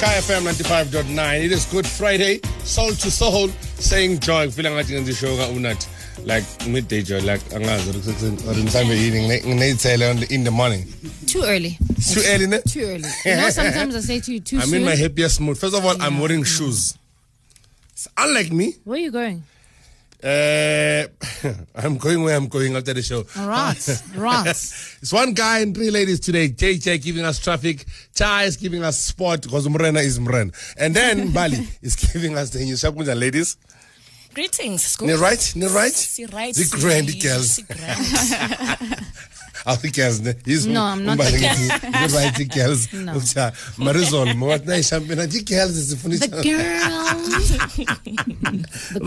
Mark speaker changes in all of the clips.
Speaker 1: KFM 95.9 it is good friday soul to soul saying joy ngifila ngathi ngenza ishow ka-unat like midday joy like angazi ukuthi kusekuseni or mhlawumbe yini ngine- ngineyithele on the- in the morning
Speaker 2: Too early.
Speaker 1: it's too early ne
Speaker 2: Too early. You know, sometimes I say to you too
Speaker 1: i'm
Speaker 2: soon.
Speaker 1: in my happiest mood first of all i'm wearing shoes So unlike me
Speaker 2: Where are you going?
Speaker 1: uh, i'm going where i'm going after the show
Speaker 2: Rats. Rats.
Speaker 1: It's one guy and three ladies today. JJ giving us traffic. Chai is giving us sport because Mrena is Mrena. And then Bali is giving us the news. Shakunja ladies.
Speaker 3: Greetings, school.
Speaker 1: Ni right? Ni right?
Speaker 3: Si right.
Speaker 1: The
Speaker 3: si-
Speaker 1: grand
Speaker 3: si-
Speaker 1: girls.
Speaker 3: si grand.
Speaker 1: I think yes. ne? He's
Speaker 2: No, I'm not the
Speaker 1: The right the girls.
Speaker 2: No.
Speaker 1: Ucha, Marisol, what nice champagne. The girls is the funny.
Speaker 2: The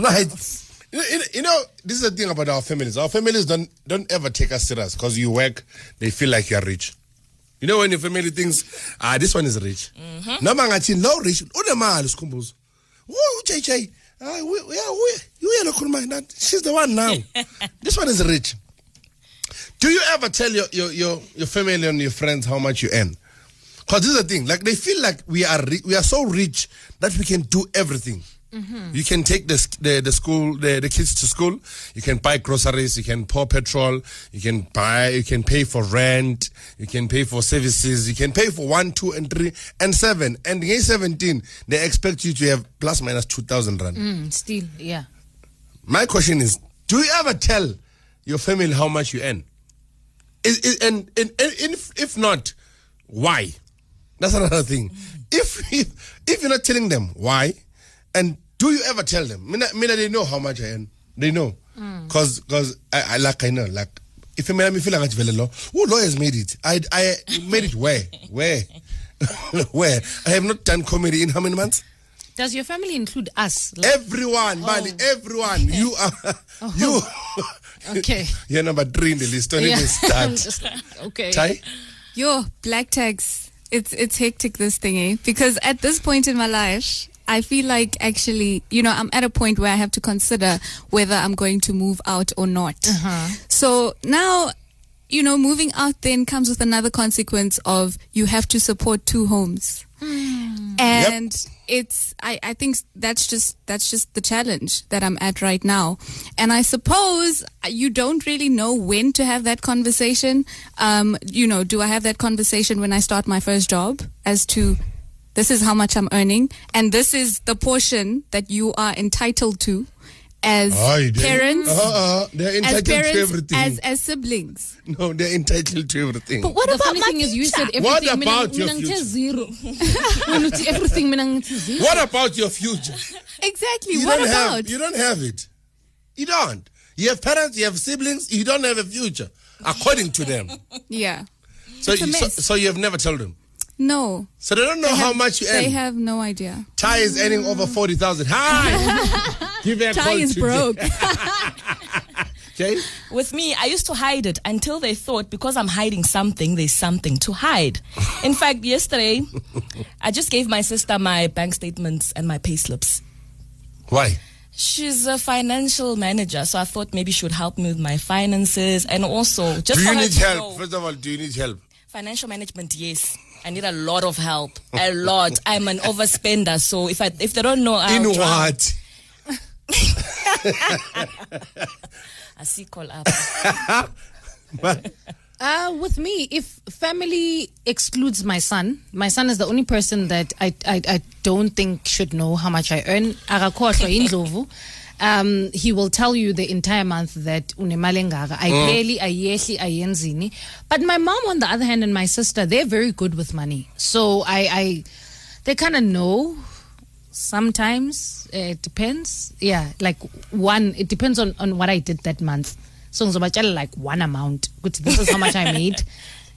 Speaker 2: girl.
Speaker 1: Right. You know, you- you know, this is the thing about our families. Our families don't don't ever take us serious because you work, they feel like you're rich. You know when your family thinks, ah, this one is rich. No man ngathi no rich. Unemali sikhumbuzo. Wo JJ. Ah, we we are we you are not man. She's the one now. this one is rich. Do you ever tell your your your, your family and your friends how much you earn? Because this is the thing. Like they feel like we are ri- we are so rich that we can do everything. You can take the, sk- the the school the, the kids to school. You can buy groceries. You can pour petrol. You can buy. You can pay for rent. You can pay for services. You can pay for one, two, and three, and seven. And in seventeen, they expect you to have plus minus two thousand rand.
Speaker 2: Mm, still, yeah.
Speaker 1: My question is, do you ever tell your family how much you earn? Is, is, and, and, and if, if not, why? That's another thing. If, if if you're not telling them why, and do you ever tell them? Mina, mina they know how much I earn. They know. Cause, cause I, I like I know like if you make me feel like vele law, who law has made it? I I made it where where where I have not done comedy in how many months?
Speaker 2: Does your family include us? Like,
Speaker 4: Oh.
Speaker 1: Everyone, Bali, everyone, you are you.
Speaker 2: okay.
Speaker 1: You're number three in the list. Don't
Speaker 2: Yeah.
Speaker 1: even
Speaker 2: I'm
Speaker 1: start.
Speaker 2: just like, okay.
Speaker 1: Ty?
Speaker 4: Yo, black tax. It's it's hectic this thingy because at this point in my life, I feel like actually, you know, I'm at a point where I have to consider whether I'm going to move out or not. So now, you know, moving out then comes with another consequence of you have to support two homes. And it's I, I think that's just that's just the challenge that I'm at right now. And I suppose uh, you don't really know when to have that conversation. Um, you know, do I have that conversation when I start my first job as to this is how much I'm earning and this is the portion that you are entitled to as
Speaker 1: Ah,
Speaker 4: parents
Speaker 1: Uh, uh, they're
Speaker 4: as
Speaker 1: entitled
Speaker 4: parents
Speaker 1: to everything.
Speaker 4: as as siblings.
Speaker 1: no, they're entitled to everything.
Speaker 2: But what the about funny thing is you said everything
Speaker 1: What
Speaker 2: mina-
Speaker 1: about your
Speaker 2: mina ngithe
Speaker 1: future?
Speaker 2: zero. Mina ngithi everything mina ngithi zero.
Speaker 1: what about your future?
Speaker 4: Exactly.
Speaker 1: You
Speaker 4: what
Speaker 1: don't
Speaker 4: about
Speaker 1: have. You don't have it. You don't. You have parents. You have siblings. You don't have a future, according to them.
Speaker 4: Yeah.
Speaker 1: So,
Speaker 4: It's a
Speaker 1: you, so,
Speaker 4: mess.
Speaker 1: so you have never told them.
Speaker 4: No.
Speaker 1: So they don't know how much you
Speaker 4: They
Speaker 1: earn.
Speaker 4: have no idea.
Speaker 1: Ty is earning over forty thousand. Hi. Give her a
Speaker 4: Ty
Speaker 1: call
Speaker 4: is
Speaker 1: today.
Speaker 4: broke.
Speaker 1: Okay.
Speaker 3: With me, I used to hide it until they thought because I'm hiding something, there's something to hide. In fact, yesterday, I just gave my sister my bank statements and my pay slips.
Speaker 1: Why?
Speaker 3: She's a financial manager, so I thought maybe she would help me with my finances and also just
Speaker 1: Do
Speaker 3: for her
Speaker 1: you need
Speaker 3: to
Speaker 1: help?
Speaker 3: know-
Speaker 1: First of all, do you need help?
Speaker 3: financial management. Yes, I need a lot of help, a lot. I'm an overspender, so if I if they don't know, I'll
Speaker 1: In
Speaker 3: drown.
Speaker 1: what?
Speaker 3: I see call up.
Speaker 2: Uh, with me, if family excludes my son, my son is the only person that I I, I don't think should know how much I earn. Akakhohlwa indlovu. Um, he will tell you the entire month that unemalengaka. I barely, I yehli, I yenzini. But my mom, on the other hand, and my sister, they're very good with money. So I, I they kind of know sometimes uh, it depends yeah like one it depends on on what i did that month so ngizobatshela like one amount ukuthi this is how much i made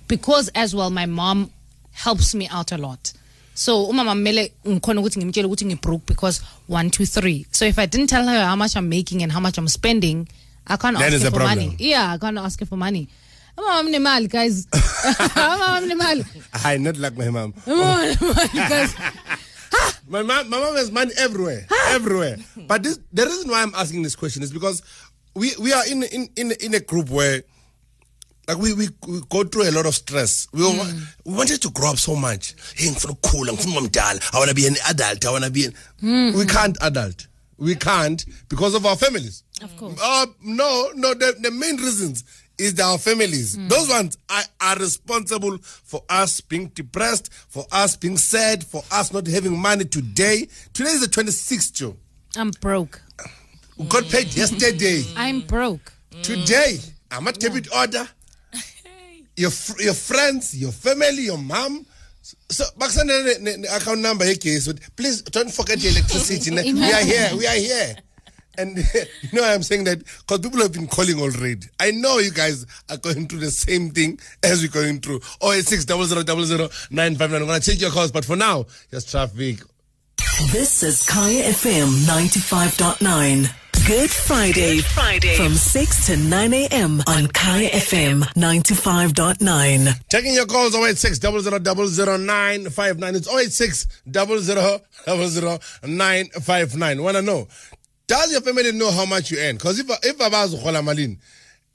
Speaker 2: because as well my mom helps me out a lot so umama kumele ngikhona ukuthi ngimtshele ukuthi ngibroke because one two three so if i didn't tell her how much i'm making and how much i'm spending i can't
Speaker 1: That
Speaker 2: ask
Speaker 1: is
Speaker 2: her
Speaker 1: a
Speaker 2: for
Speaker 1: problem.
Speaker 2: money yeah i can't ask her for money umama mnemali guys umama mnemali
Speaker 1: I not like my mom.
Speaker 2: umama mnemali guys
Speaker 1: My mom, my mom has money everywhere, everywhere. But this, the reason why I'm asking this question is because we we are in in in, in a group where like we, we, we go through a lot of stress. We, wa- we wanted to grow up so much. Hey, ngifuna ukukhula, ngifuna ukuba mdala. I want to be an adult. I want to be an... We can't adult. We can't because of our families. Of
Speaker 2: course.
Speaker 1: Uh, no, no. The, the main reasons is that our families. Those ones are, are responsible for us being depressed, for us being sad, for us not having money today. Today is the 26th, Joe.
Speaker 2: I'm broke.
Speaker 1: We got paid yesterday.
Speaker 2: I'm broke.
Speaker 1: Today, I'm at debit order. Your fr- your friends, your family, your mom. So bakusana ne- ne- ne- account number yegesi. uthi, Please don't forget the electricity. ne? we are here. We are here. And you know I'm saying that because people have been calling already. I know you guys are going through the same thing as we're going through. Oh eight six double zero double zero nine five nine. I'm gonna change your calls, but for now, just traffic.
Speaker 5: This is Kaya FM 95.9. Good Friday, Friday from 6 to 9 a.m. on Kaya FM 95.9.
Speaker 1: Taking your calls 086 00959. It's 086 00959. Wanna know? Does your family know how much you earn? Because if if abazi uhola malini,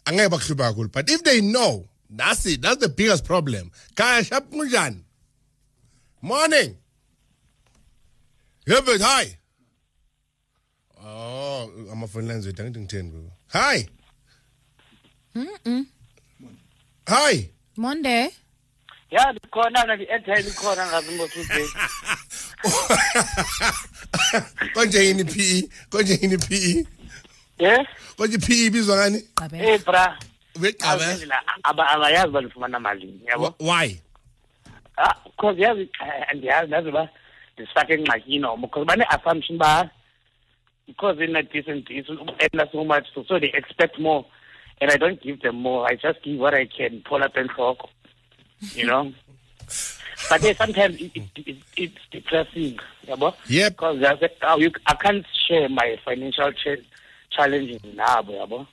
Speaker 1: angeke bakuhluphe kakhulu. But if they know, that's it. That's the biggest problem. Kaya shap kunjani? Morning. Herbert, hi. Oh, I'm off lines with Dangton bro. Hi. Hi.
Speaker 2: Monday.
Speaker 6: ya likhona mna ndi-airtime ikhona ngazimbothuzeni
Speaker 1: konje yini PE konje yini PE
Speaker 6: ye
Speaker 1: konje PE ibizwa ngani
Speaker 2: Qabe.
Speaker 6: ey eh? bra
Speaker 1: weqaba
Speaker 6: Abazenzela- aba- abayazi uba ndifumana malini yabo
Speaker 1: why
Speaker 6: Ah, because yazi eh, andiyazi ndazi uba ndisifake engxakini omo because bane-assumption uba because they're not decent decent uba-earna so much so, so they expect more and i don't give them more i just give what i can pull up and talk you know but eh, sometimes it, it, it, it's depressing yabo
Speaker 1: Yep.
Speaker 6: because how you, i can't share my financial ch- challenges nabo yabo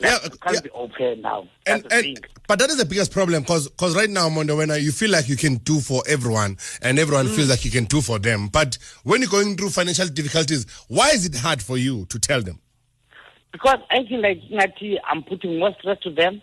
Speaker 1: Yeah,
Speaker 6: Like, I can't
Speaker 1: yeah.
Speaker 6: be open now that's
Speaker 1: and,
Speaker 6: the thing
Speaker 1: and but that is the biggest problem because right now Mondo when you feel like you can do for everyone and everyone
Speaker 6: Mm.
Speaker 1: feels like you can do for them but when you're going through financial difficulties why is it hard for you to tell them
Speaker 6: because I feel like Ngati, I'm putting more stress to them,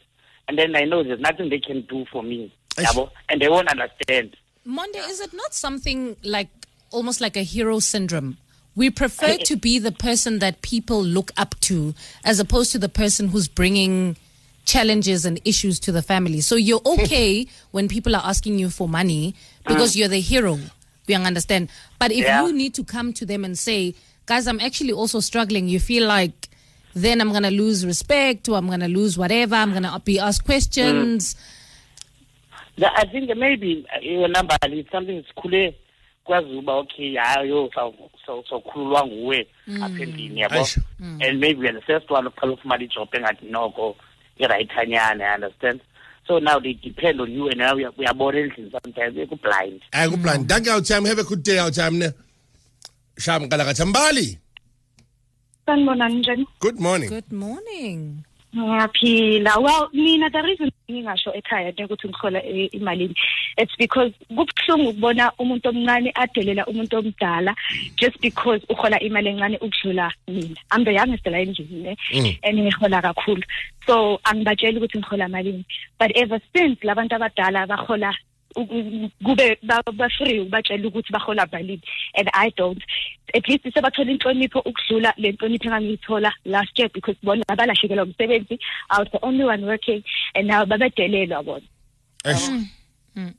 Speaker 6: and then I know there's nothing they can do for me,
Speaker 1: I
Speaker 6: yabo, and they won't understand.
Speaker 2: Monday, is it not something like almost like a hero syndrome? We prefer to be the person that people look up to as opposed to the person who's bringing challenges and issues to the family. So you're okay when people are asking you for money because you're the hero. We understand. But if
Speaker 6: Yeah.
Speaker 2: you need to come to them and say, guys, I'm actually also struggling, you feel like then I'm going to lose respect or I'm going to lose whatever, I'm going to be asked questions.
Speaker 6: The- I think that maybe uh, your number is something skule kwazi uba okay hayo sawukhululwa nguwe apha endlini
Speaker 1: Eish.
Speaker 6: yabo and maybe we're the first one oqala ufumana ijob engathi noko irayithanyana i understand so now they depend on you and now uya- uyabona endlini sometimes eh, ekublind
Speaker 1: I go
Speaker 6: Mm.
Speaker 1: plan thank you out time have a good day out time ne sham kala kachambali
Speaker 7: sanibonani njani
Speaker 1: good morning
Speaker 2: Good morning.
Speaker 7: ngiyaphila Ah, well mina the reason ngingasho ekhaya nje ukuthi ngihlola eh, imalini it's because kubuhlungu ukubona umuntu omncane adelela umuntu omdala just because uhola imali encane ukudlula mina i'm the youngest la endlini ne and ngihola kakhulu so angibatsheli ukuthi ngihola malini but ever since labantu abadala bahola uku- kube ba- ba-free ukubatshela ukuthi bahola malini and i don't at least sebathola inhlonipho ukudlula le nhlonipho engangiyithola last year because bona balahlekelwa umsebenzi i was the only one working and now babedelelwa bona
Speaker 1: Eish.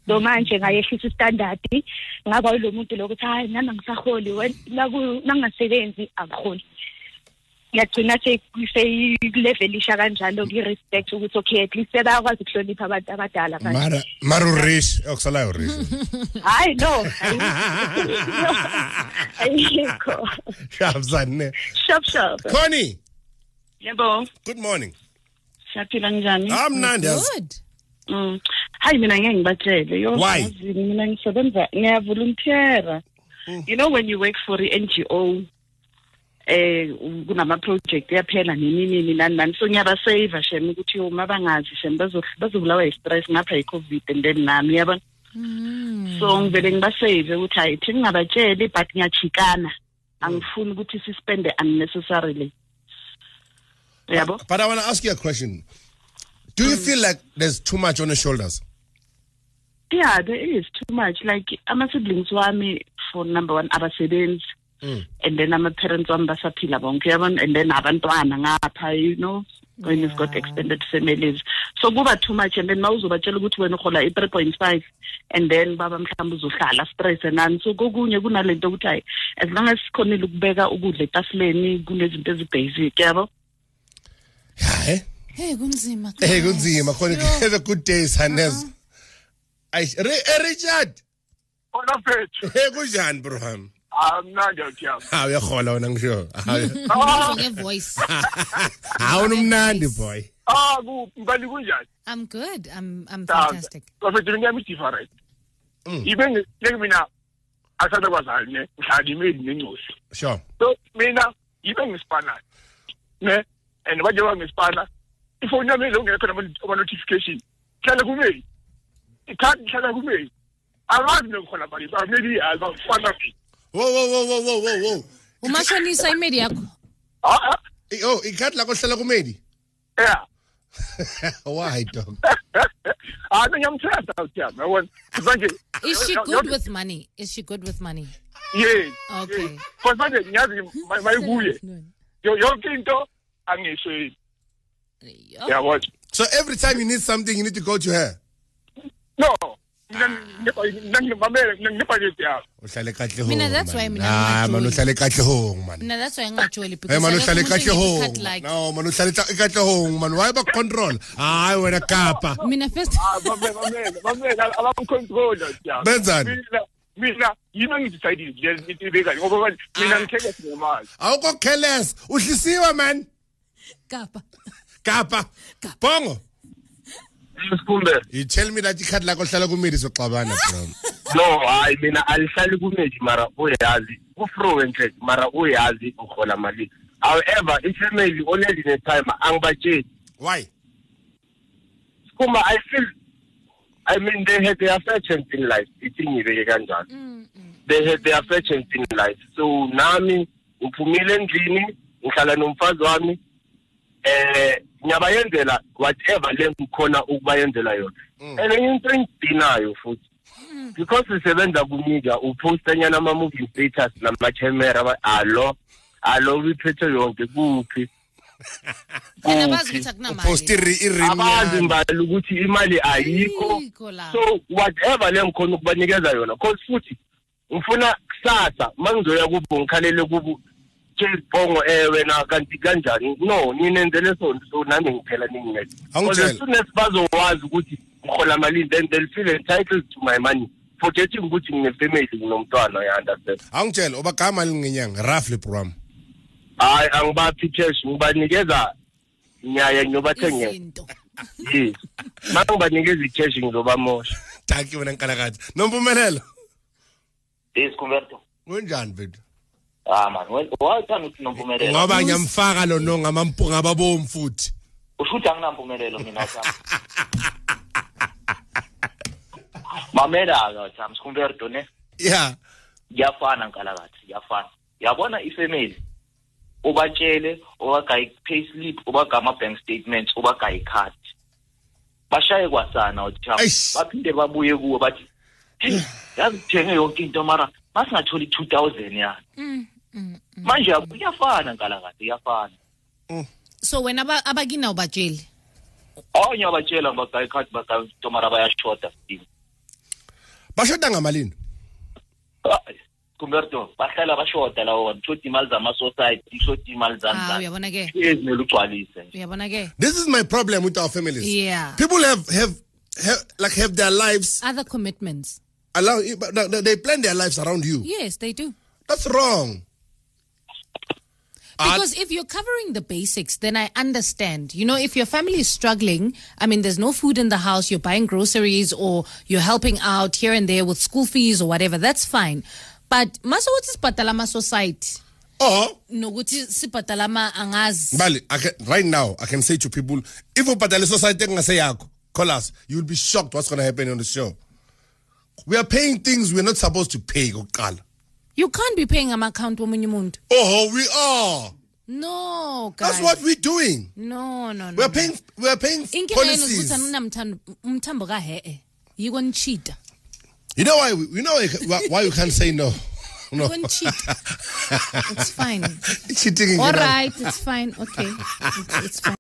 Speaker 7: so manje ngayehlisa istandard ngaba yilo muntu lokuthi hayi nami angisaholi wena naku- nangingasebenzi angiholi ngiyagcina sekulevelisha kanjalo kwi-respect ukuthi okay at least sebakwazi ukuhlonipha abantu abadala manje
Speaker 1: mara mara urish okusalayo urish
Speaker 7: hayi no ayikho
Speaker 1: sham sanne
Speaker 7: shop shop
Speaker 1: Connie
Speaker 8: yebo
Speaker 1: good morning
Speaker 8: siyaphila njani
Speaker 1: I'm Nandas
Speaker 2: Good.
Speaker 8: mm. hayi mina ngeke ngibatshele yo
Speaker 1: Why?
Speaker 8: yazi mina ngisebenza ngiyavolunteera you know when you work for i-ngo eh kunama-project yaphela nini nini nani nani so ngiyabasave shem ukuthi uma bangazi shem bazo- bazobulawa yi-stress ngapha yi-covid and then nami yabona so ngivele ngibasave ukuthi hayi thi ngingabatsheli but ngiyajikana angifuni ukuthi sispende unnecessarily yabo
Speaker 1: But I want to ask you a question. Do
Speaker 2: Mm.
Speaker 1: you feel like there's too much on your shoulders?
Speaker 8: yeah there is too much like ama-siblings wami for number one abasebenzi and then ama-parents wami basaphila bonke yabona and then abantwana ngapha you know when you've got extended families so kuba too much and then ma uzobatshela ukuthi wena uhola i-three point five and then baba mhlawumbe uzohlala stress nani so kokunye kunalento yokuthi hayi as long as sikhonile ukubeka ukudla etafuleni kunezinto ezi-basic yabo
Speaker 1: Yeah, eh?
Speaker 2: Hey, kunzima.
Speaker 1: Hey, kunzima khona have a good day Sanes.
Speaker 2: Uh-huh.
Speaker 1: Ay Re- eh, Richard.
Speaker 9: Khona fethu.
Speaker 1: Hey kunjani bro Ah, ham?
Speaker 9: Amnandi uthiyami.
Speaker 1: Ha uyahola wena ngisho.
Speaker 2: Mm-hmm.
Speaker 1: Ha
Speaker 9: Ah,
Speaker 2: voice.
Speaker 1: awunumnandi boy.
Speaker 9: ah, ku mbali kunjani?
Speaker 2: I'm good. I'm I'm
Speaker 9: Ah,
Speaker 2: fantastic.
Speaker 9: Bafethu ngiyami different. Ibe ngeke mina asanda bazali ne, ngihlala imeli nencosi.
Speaker 1: Sure.
Speaker 9: So mina ibe ngisipana. Ne? And manje bangisipana. Ifoni yami izongekho nama notification. Hlala kumeli. Ikhadi hlala kumeli. Angazi nokhola manje bameli albafana mina.
Speaker 1: Whoa whoa whoa whoa whoa whoa whoa.
Speaker 2: Umashonisa imedi yakho.
Speaker 9: Ah, ah,
Speaker 1: Eh, Oh, ikhadi lakho hlala kumedi.
Speaker 9: yeah.
Speaker 1: Why dog?
Speaker 9: hayi ngiyamthanda uthiyami yabona manje
Speaker 2: Is she good with money? Is she good with money?
Speaker 9: yes
Speaker 2: Okay.
Speaker 9: yes. cause manje ngiyazi mayikuye yonke into angisweli yabona
Speaker 1: So every time you need something you need to go to her.
Speaker 9: no mina ngi- mina ngimamele mina nginebhajethi yami
Speaker 1: Uhlale kahle
Speaker 2: Mina,
Speaker 1: home,
Speaker 2: that's why
Speaker 1: man.
Speaker 2: mina
Speaker 1: Ah, man
Speaker 2: ngingajoli.
Speaker 1: uhlale kahle home man.
Speaker 2: Now that's why I'm not Jolie because
Speaker 1: Hey
Speaker 2: I
Speaker 1: man
Speaker 2: don't
Speaker 1: uhlale
Speaker 2: want to get
Speaker 1: kahle
Speaker 2: cut
Speaker 1: home.
Speaker 2: like
Speaker 1: No man uhlale ta- kahle home man. Why ba control? Hayi wena kapa.
Speaker 2: mina first.
Speaker 9: Ah, bamele bamele bamele abakontrola uthiyami
Speaker 1: Benzani?
Speaker 9: mina mina yimi engidecide nje ngibeka ngoba manje mina ngitheke sinemali
Speaker 1: Awukho careless. Uhlisiwe man.
Speaker 2: Kappa.
Speaker 1: Kapa. Bongo.
Speaker 9: isikhumbe
Speaker 1: You tell me that ikhadi lakho hlala kumeli soxabana bro.
Speaker 9: no hayi mina alihlali kumeji mara uyazi ufluented mara uyazi uhola mali however ifamily only ne time angibatsheli
Speaker 1: Why?
Speaker 9: kuma i feel i mean they had their affections in life ithi ngibeke kanjani they had their affections in life so nami ngiphumile endlini ngihlala nomfazi wami eh ngiyabayenzela whatever le ngikhona ukubayenzela yona and enye into engidinayo futhi because sisebenza kumedia uphosta nyana ama-moving status namachemera alo alo uyiphethe yonke kuphi
Speaker 2: And abazi ukuthi
Speaker 9: Kuphi?
Speaker 2: akunamali.
Speaker 1: Post iri iri.
Speaker 9: abazi mbali ukuthi imali ayikho
Speaker 2: Ayikho la.
Speaker 9: so whatever le ngikhona ukubanikeza yona cause futhi ngifuna kusasa mangizoya kubo ngikhalele kubo jezibhongo eh wena kanti kanjani no ninenzele sona so nami ngiphela ningimele
Speaker 1: Awungitshela.
Speaker 9: soonest bazowazi ukuthi ngihola malini then they'll feel entitled to my money forgetting ukuthi ngine-family nginomntwana ya-understand
Speaker 1: Awungitshela ubagama lingenyanga roughly program.
Speaker 9: hhayi angibaphi cash ngibanikeza nyaya ngiyobathengela
Speaker 2: Izinto.
Speaker 9: yes ma ngibanikeza i-cash ngizobamosha
Speaker 1: Thank you wena nkalakati. Nompumelelo.
Speaker 10: Yes, Kumberto.
Speaker 1: Kunjani bethu?
Speaker 10: Ah man, well, wathanda ukuthi
Speaker 6: Eh,
Speaker 10: nompumelelo.
Speaker 1: Ngoba ngiyamfaka lo nonga mampunga babomu futhi.
Speaker 10: Ushuthi anginampumelelo mina Tham. Mamela ka Tham, Kumberto ne.
Speaker 1: Yeah.
Speaker 10: Ngiyafana nkalakathi, ngiyafana. Yabona ifamily ubatshele obagayi payslip ubagama bank statements ubagayi card bashaye kwasana utham
Speaker 1: Eish.
Speaker 10: baphinde babuye kuwe bathi "Hey, yazi kuthenge yonke into mara masingatholi 2000 yani manje yabo, iyafana nkalakathi iyafana
Speaker 2: So when aba abagina ubajeli.
Speaker 10: abanye abatshela bagaye ikhadi bagaye into mara bayashoda still
Speaker 1: Bashoda ngamalini?
Speaker 10: Ah, Kumberto bahlala bashoda lawo bantu shoda imali zama-society shoda imali
Speaker 2: Ah
Speaker 10: zanzani
Speaker 2: uyabona ke.
Speaker 10: ezimele ugcwalise nje
Speaker 2: Uyabona ke.
Speaker 1: This is my problem with our families.
Speaker 2: Yeah.
Speaker 1: People have have, have like have their lives
Speaker 2: Other commitments.
Speaker 1: allow but no, no, they plan their lives around you.
Speaker 2: Yes, they do.
Speaker 1: That's wrong. Ah,
Speaker 2: Because if you're covering the basics, then I understand. You know, if your family is struggling, I mean, there's no food in the house, you're buying groceries or you're helping out here and there with school fees or whatever, that's fine. But maso ukuthi sibhatala ama society
Speaker 1: or
Speaker 2: nokuthi sibhatala ama angazi.
Speaker 1: Bali, I can, right now, I can say to people, if Upatale society can say yakho, call us, you'll be shocked what's going to happen on the show. We are paying things we're not supposed to pay, Gokala.
Speaker 2: You can't be paying ama account womunye umuntu.
Speaker 1: Oh, we are.
Speaker 2: No, guys.
Speaker 1: That's what we're doing.
Speaker 2: No, no, no.
Speaker 1: We're paying. We're paying
Speaker 2: Inkinga yenu ukuthi
Speaker 1: policies.
Speaker 2: aninamthando umthambo kahe. You going cheat.
Speaker 1: You know why? we- You know why, why you can't say no.
Speaker 2: You
Speaker 1: No,
Speaker 2: going cheat. It's fine.
Speaker 1: cheating. in
Speaker 2: All
Speaker 1: general.
Speaker 2: right, it's fine. Okay. It's, it's fine.